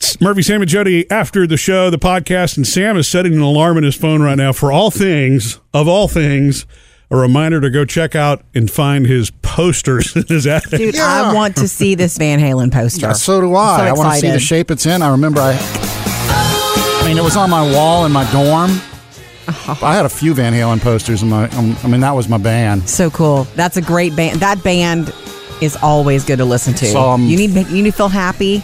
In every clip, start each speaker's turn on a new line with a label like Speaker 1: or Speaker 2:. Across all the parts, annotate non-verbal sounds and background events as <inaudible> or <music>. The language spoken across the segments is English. Speaker 1: It's Murphy, Sam, and Jody after the show, the podcast, and Sam is setting an alarm in his phone right now for all things, of all things, a reminder to go check out and find his posters <laughs> in his attic.
Speaker 2: Dude,
Speaker 3: Yeah.
Speaker 2: I want to see this Van Halen poster.
Speaker 3: Yeah, so do I. I
Speaker 2: I'm so
Speaker 3: want to see the
Speaker 2: excited.
Speaker 3: shape it's in. I remember I. I mean, it was on my wall in my dorm.
Speaker 2: Oh.
Speaker 3: I had a few Van Halen posters in my. Um, I mean, that was my band.
Speaker 2: So cool. That's a great band. That band is always good to listen to.
Speaker 3: So, um,
Speaker 2: you need you need to feel happy.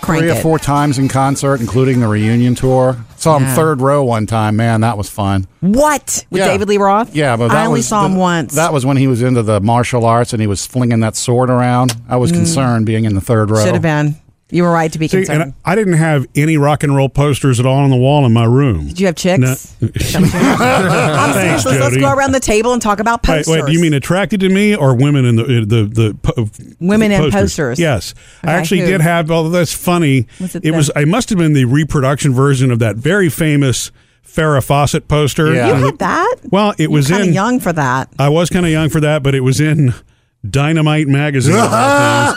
Speaker 2: Crank
Speaker 3: Three or
Speaker 2: it.
Speaker 3: four times in concert, including the reunion tour. Saw him
Speaker 2: Yeah.
Speaker 3: third row one time. Man, that was fun.
Speaker 2: What with
Speaker 3: Yeah.
Speaker 2: David Lee Roth?
Speaker 3: Yeah, but that
Speaker 2: I only
Speaker 3: was
Speaker 2: saw him
Speaker 3: the-
Speaker 2: once.
Speaker 3: That was when he was into the martial arts and he was flinging that sword around. I was concerned being in the third row.
Speaker 2: should have Mm. been. You were right to be
Speaker 1: See,
Speaker 2: concerned.
Speaker 1: and I didn't have any rock and roll posters at all on the wall in my room.
Speaker 2: Did you have chicks? I'm serious.
Speaker 1: <laughs> Thanks,
Speaker 2: Let's, let's
Speaker 1: Jody.
Speaker 2: go around the table and talk about
Speaker 1: Wait,
Speaker 2: posters.
Speaker 1: wait, you mean attracted to me or women in the the the, po-
Speaker 2: Women
Speaker 1: the
Speaker 2: in posters.
Speaker 1: Yes, I
Speaker 2: Okay,
Speaker 1: actually
Speaker 2: who?
Speaker 1: did have. Although that's funny,
Speaker 2: Was it
Speaker 1: it
Speaker 2: the-
Speaker 1: was. I must have been the reproduction version of that very famous Farrah Fawcett poster.
Speaker 3: Yeah.
Speaker 2: you
Speaker 3: uh,
Speaker 2: had that?
Speaker 1: Well, it was
Speaker 2: Kind of
Speaker 1: in.
Speaker 2: young for that.
Speaker 1: I was kind of young for that, but it was in Dynamite magazine, of all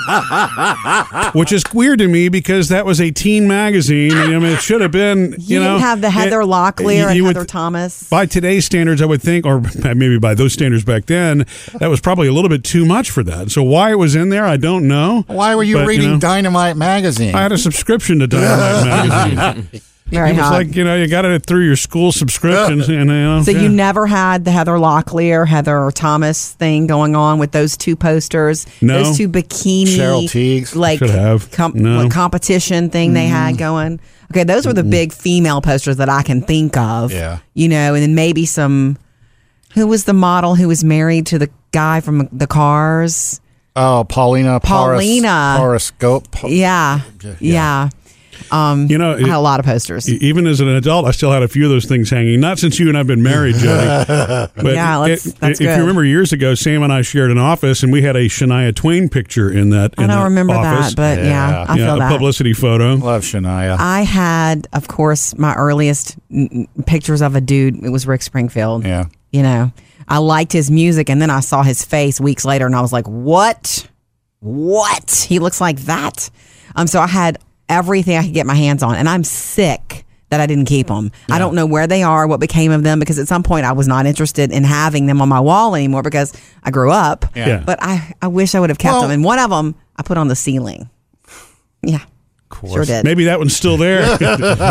Speaker 1: things. which is weird to me because that was a teen magazine. I mean, it should have been. You,
Speaker 2: You,
Speaker 1: know,
Speaker 2: didn't have the Heather
Speaker 1: it-
Speaker 2: Locklear
Speaker 1: you-
Speaker 2: and
Speaker 1: you would-
Speaker 2: Heather Thomas.
Speaker 1: by today's standards, I would think, or <laughs> maybe by those standards back then, that was probably a little bit too much for that. So why it was in there, I don't know.
Speaker 3: Why were you
Speaker 1: But,
Speaker 3: reading
Speaker 1: know,
Speaker 3: Dynamite magazine?
Speaker 1: I had a subscription to
Speaker 3: <laughs>
Speaker 1: Dynamite magazine.
Speaker 2: Very
Speaker 1: It was
Speaker 2: hot.
Speaker 1: like you know you got it through your school subscriptions, and you know.
Speaker 2: so
Speaker 1: yeah.
Speaker 2: you never had the Heather Locklear, Heather Thomas thing going on with those two posters,
Speaker 1: No.
Speaker 2: those two bikini,
Speaker 3: Cheryl Teagues.
Speaker 2: like
Speaker 1: Should have.
Speaker 2: com-
Speaker 1: No.
Speaker 2: like competition thing they had going. Okay, those were the big female posters that I can think of.
Speaker 3: Yeah.
Speaker 2: you know, and then maybe some. Who was the model who was married to the guy from the Cars?
Speaker 3: oh, Paulina. Paris-
Speaker 2: Paulina.
Speaker 3: Horoscope. Pa-
Speaker 2: Yeah, yeah. Um,
Speaker 1: You know,
Speaker 2: I had a lot of posters.
Speaker 1: E- Even as an adult, I still had a few of those things hanging. Not since you and I've been
Speaker 3: <laughs>
Speaker 1: married, Jody. But
Speaker 2: Yeah, let's- that's
Speaker 1: if
Speaker 2: good.
Speaker 1: you remember years ago, Sam and I shared an office, and we had a Shania Twain picture in that.
Speaker 2: I
Speaker 1: in
Speaker 2: don't
Speaker 1: that
Speaker 2: remember
Speaker 1: office.
Speaker 2: that, but yeah,
Speaker 3: Yeah.
Speaker 2: I
Speaker 1: yeah,
Speaker 2: feel
Speaker 1: a
Speaker 2: that.
Speaker 1: publicity photo.
Speaker 3: Love Shania.
Speaker 2: I had, of course, my earliest n- n- pictures of a dude. It was Rick Springfield.
Speaker 3: yeah.
Speaker 2: You know, I liked his music, and then I saw his face weeks later, and I was like, "What? What? He looks like that?" Um, so I had everything I could get my hands on, and I'm sick that I didn't keep them. I don't know where they are, what became of them, because at some point I was not interested in having them on my wall anymore because I grew up.
Speaker 1: Yeah.
Speaker 2: But I, I wish I would have kept them, and one of them I put on the ceiling. Yeah, sure did.
Speaker 1: Maybe that one's still
Speaker 2: <laughs>
Speaker 1: there.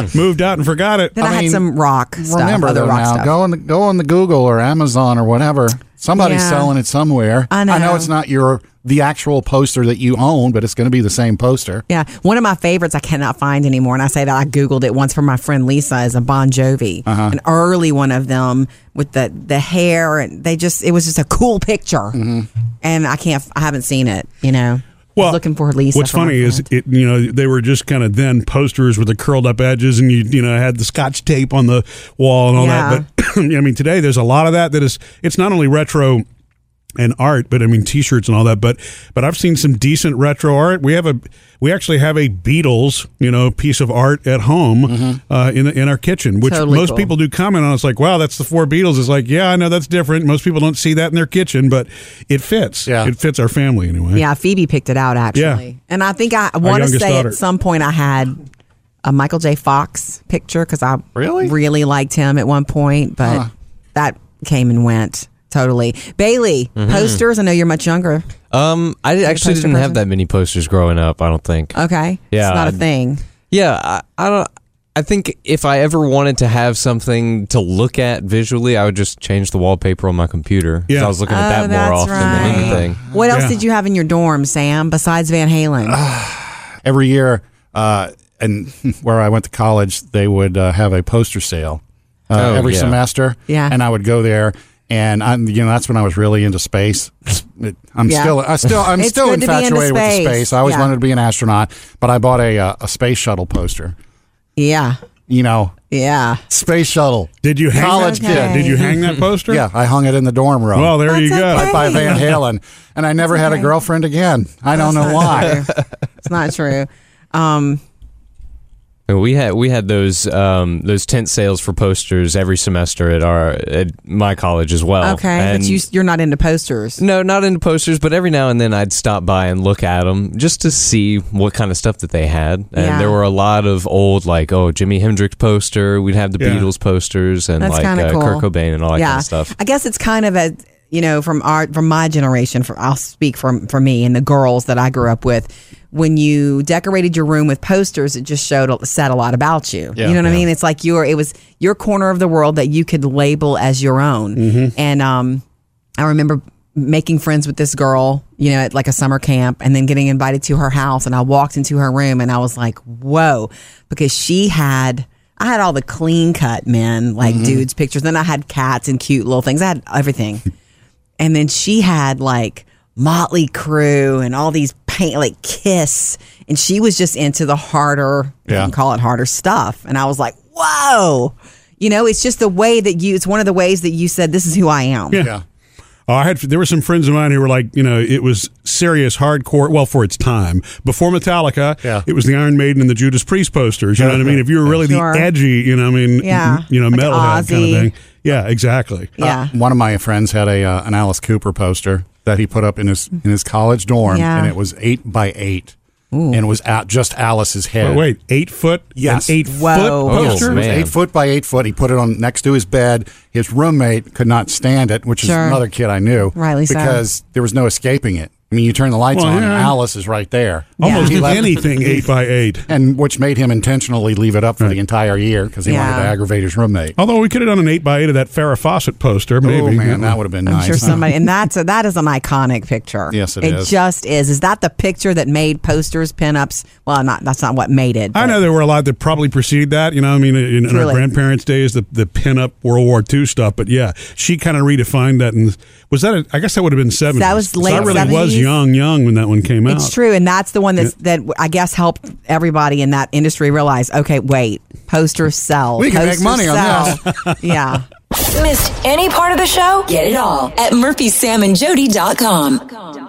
Speaker 1: <laughs> Moved out and forgot it.
Speaker 2: Then I,
Speaker 3: I
Speaker 2: had
Speaker 3: mean,
Speaker 2: some rock stuff,
Speaker 3: Remember
Speaker 2: other
Speaker 3: though
Speaker 2: rock
Speaker 3: now,
Speaker 2: stuff.
Speaker 3: go on the, go on the Google or Amazon or whatever. Somebody's
Speaker 2: Yeah.
Speaker 3: selling it somewhere.
Speaker 2: I know.
Speaker 3: it's not your the actual poster that you own, but it's going to be the same poster.
Speaker 2: Yeah, one of my favorites I cannot find anymore, and I say that I googled it once for my friend Lisa is a Bon Jovi,
Speaker 3: Uh-huh.
Speaker 2: an early one of them with the the hair, and they just it was just a cool picture,
Speaker 3: Mm-hmm.
Speaker 2: and I can't I haven't seen it, you know. I was looking for Lisa.
Speaker 1: What's
Speaker 2: for my
Speaker 1: funny is
Speaker 2: friend.
Speaker 1: it you know they were just kind of then posters with the curled up edges and you you know had the scotch tape on the wall and all
Speaker 2: Yeah.
Speaker 1: that. But <clears throat> I mean today there's a lot of that that is it's not only retro and art, but I mean t-shirts and all that. But but I've seen some decent retro art. We have a we actually have a Beatles you know piece of art at home uh, in the, in our kitchen, which
Speaker 2: Mm-hmm. Totally
Speaker 1: most
Speaker 2: cool.
Speaker 1: people do comment on. It's like wow, that's the four Beatles. It's like yeah, I know that's different. Most people don't see that in their kitchen, but it fits.
Speaker 3: Yeah.
Speaker 1: it fits our family anyway.
Speaker 2: yeah, Phoebe picked it out actually, and I think I want to
Speaker 1: youngest
Speaker 2: say
Speaker 1: daughter.
Speaker 2: at some point I had a Michael J. Fox picture because I
Speaker 3: Really?
Speaker 2: really liked him at one point, but that came and went totally. Bailey posters. I know you're much younger.
Speaker 4: Um, I did- actually
Speaker 2: poster
Speaker 4: didn't
Speaker 2: person?
Speaker 4: have that many posters growing up. I don't think.
Speaker 2: Okay.
Speaker 4: Yeah,
Speaker 2: It's not a
Speaker 4: I-
Speaker 2: thing.
Speaker 4: Yeah, I, I don't. I think if I ever wanted to have something to look at visually, I would just change the wallpaper on my computer. 'Cause
Speaker 1: Yeah.
Speaker 4: I was looking at that more often than anything.
Speaker 2: Oh, What else
Speaker 1: Yeah.
Speaker 2: did you have in your dorm, Sam, besides Van Halen?
Speaker 3: Every year, uh, and <laughs> where I went to college, they would uh, have a poster sale uh,
Speaker 4: Oh,
Speaker 3: every
Speaker 4: yeah.
Speaker 3: semester.
Speaker 2: Yeah.
Speaker 3: and I would go there. And I'm, you know, that's when I was really into space. I'm
Speaker 2: Yeah.
Speaker 3: still, I still, I'm
Speaker 2: It's
Speaker 3: still
Speaker 2: good to be into
Speaker 3: infatuated with the
Speaker 2: space.
Speaker 3: space. I always
Speaker 2: Yeah.
Speaker 3: wanted to be an astronaut, but I bought a uh, a space shuttle poster.
Speaker 2: yeah.
Speaker 3: You know,
Speaker 2: Yeah.
Speaker 3: space shuttle.
Speaker 1: Did you hang
Speaker 3: College
Speaker 1: that?
Speaker 2: kid.
Speaker 1: Did you hang that poster?
Speaker 3: Yeah, I hung it in the dorm room.
Speaker 1: Well, there you
Speaker 2: That's
Speaker 1: go.
Speaker 2: okay.
Speaker 3: by Van Halen, and I never had
Speaker 2: <laughs>
Speaker 3: a girlfriend again. I don't know why.
Speaker 2: It's not true. Um,
Speaker 4: And We had we had those um, those tent sales for posters every semester at our at my college as well.
Speaker 2: Okay, but you, you're not into posters.
Speaker 4: No, not into posters, but every now and then I'd stop by and look at them just to see what kind of stuff that they had. And
Speaker 2: Yeah.
Speaker 4: there were a lot of old, like, oh, Jimi Hendrix poster. We'd have the
Speaker 1: Yeah.
Speaker 4: Beatles posters and
Speaker 2: That's
Speaker 4: like
Speaker 2: kinda
Speaker 4: uh, Kurt
Speaker 2: cool.
Speaker 4: Cobain and all that
Speaker 2: yeah,
Speaker 4: kind of stuff.
Speaker 2: I guess it's kind of a you know from our from my generation. For I'll speak from for me and the girls that I grew up with. When you decorated your room with posters, it just showed said a lot about you.
Speaker 4: Yeah.
Speaker 2: you know what I
Speaker 4: Yeah.
Speaker 2: mean? It's like your it was your corner of the world that you could label as your own.
Speaker 4: Mm-hmm.
Speaker 2: And um, I remember making friends with this girl, you know, at like a summer camp and then getting invited to her house and I walked into her room and I was like, "Whoa," because she had I had all the clean cut men, like
Speaker 3: Mm-hmm.
Speaker 2: dudes pictures. Then I had cats and cute little things. I had
Speaker 3: <laughs>
Speaker 2: everything. and then she had like Motley Crue and all these paint like Kiss and she was just into the harder, you
Speaker 3: Yeah.
Speaker 2: can call it harder stuff. And I was like, "Whoa." You know, it's just the way that you it's one of the ways that you said this is who I am.
Speaker 3: Yeah.
Speaker 1: Oh, I had there were some friends of mine who were like, you know, it was serious hardcore. Well, for its time, before Metallica,
Speaker 3: Yeah.
Speaker 1: it was the Iron Maiden and the Judas Priest posters. You know what I mean? If you were really
Speaker 2: Sure.
Speaker 1: the edgy, you know, what I mean,
Speaker 2: Yeah.
Speaker 1: you know,
Speaker 2: Like
Speaker 1: metalhead kind of
Speaker 2: Ozzy.
Speaker 1: thing. Yeah, exactly.
Speaker 2: Yeah.
Speaker 3: Uh, One of my friends had a uh, an Alice Cooper poster that he put up in his in his college dorm,
Speaker 2: Yeah.
Speaker 3: and it was eight by eight, and it was at just Alice's head.
Speaker 1: But wait, eight foot?
Speaker 3: Yes.
Speaker 1: An eight
Speaker 2: Whoa.
Speaker 1: foot
Speaker 4: Oh,
Speaker 1: poster?
Speaker 3: It was
Speaker 4: Man.
Speaker 3: eight foot by eight foot. He put it on next to his bed. His roommate could not stand it, which
Speaker 2: Sure.
Speaker 3: is another kid I knew.
Speaker 2: Rightly so.
Speaker 3: because there was no escaping it. I mean, you turn the lights
Speaker 1: Well,
Speaker 3: on, and
Speaker 1: yeah.
Speaker 3: Alice is right there.
Speaker 1: Almost
Speaker 3: He left-
Speaker 1: anything eight by eight.
Speaker 3: and which made him intentionally leave it up for the entire year because he
Speaker 2: Yeah.
Speaker 3: wanted to aggravate his roommate.
Speaker 1: Although we could have done an eight by eight of that Farrah Fawcett poster, maybe.
Speaker 3: oh man, that would have been
Speaker 2: I'm
Speaker 3: nice.
Speaker 2: sure somebody,
Speaker 3: <laughs>
Speaker 2: and that's a, that is an iconic picture.
Speaker 3: Yes, it
Speaker 2: it
Speaker 3: is.
Speaker 2: just is. Is that the picture that made posters, pinups? Well, not that's not what made it.
Speaker 1: I
Speaker 2: but-
Speaker 1: know there were a lot that probably preceded that. You know, I mean, in, in our
Speaker 2: Truly.
Speaker 1: grandparents' days, the the pinup World War II stuff. But yeah, she kind of redefined that. And was that? A, I guess that would have been seventy.
Speaker 2: That was
Speaker 1: I
Speaker 2: late
Speaker 1: really was
Speaker 2: 70s.
Speaker 1: young, young when that one came out.
Speaker 2: It's true, and that's the one that's, that I guess helped everybody in that industry realize. Okay, wait, posters sell.
Speaker 3: We can make
Speaker 2: Posters
Speaker 3: money on <laughs>
Speaker 2: sell. yeah,
Speaker 5: Missed any part of the show? Get it all at murphysamandjody.com.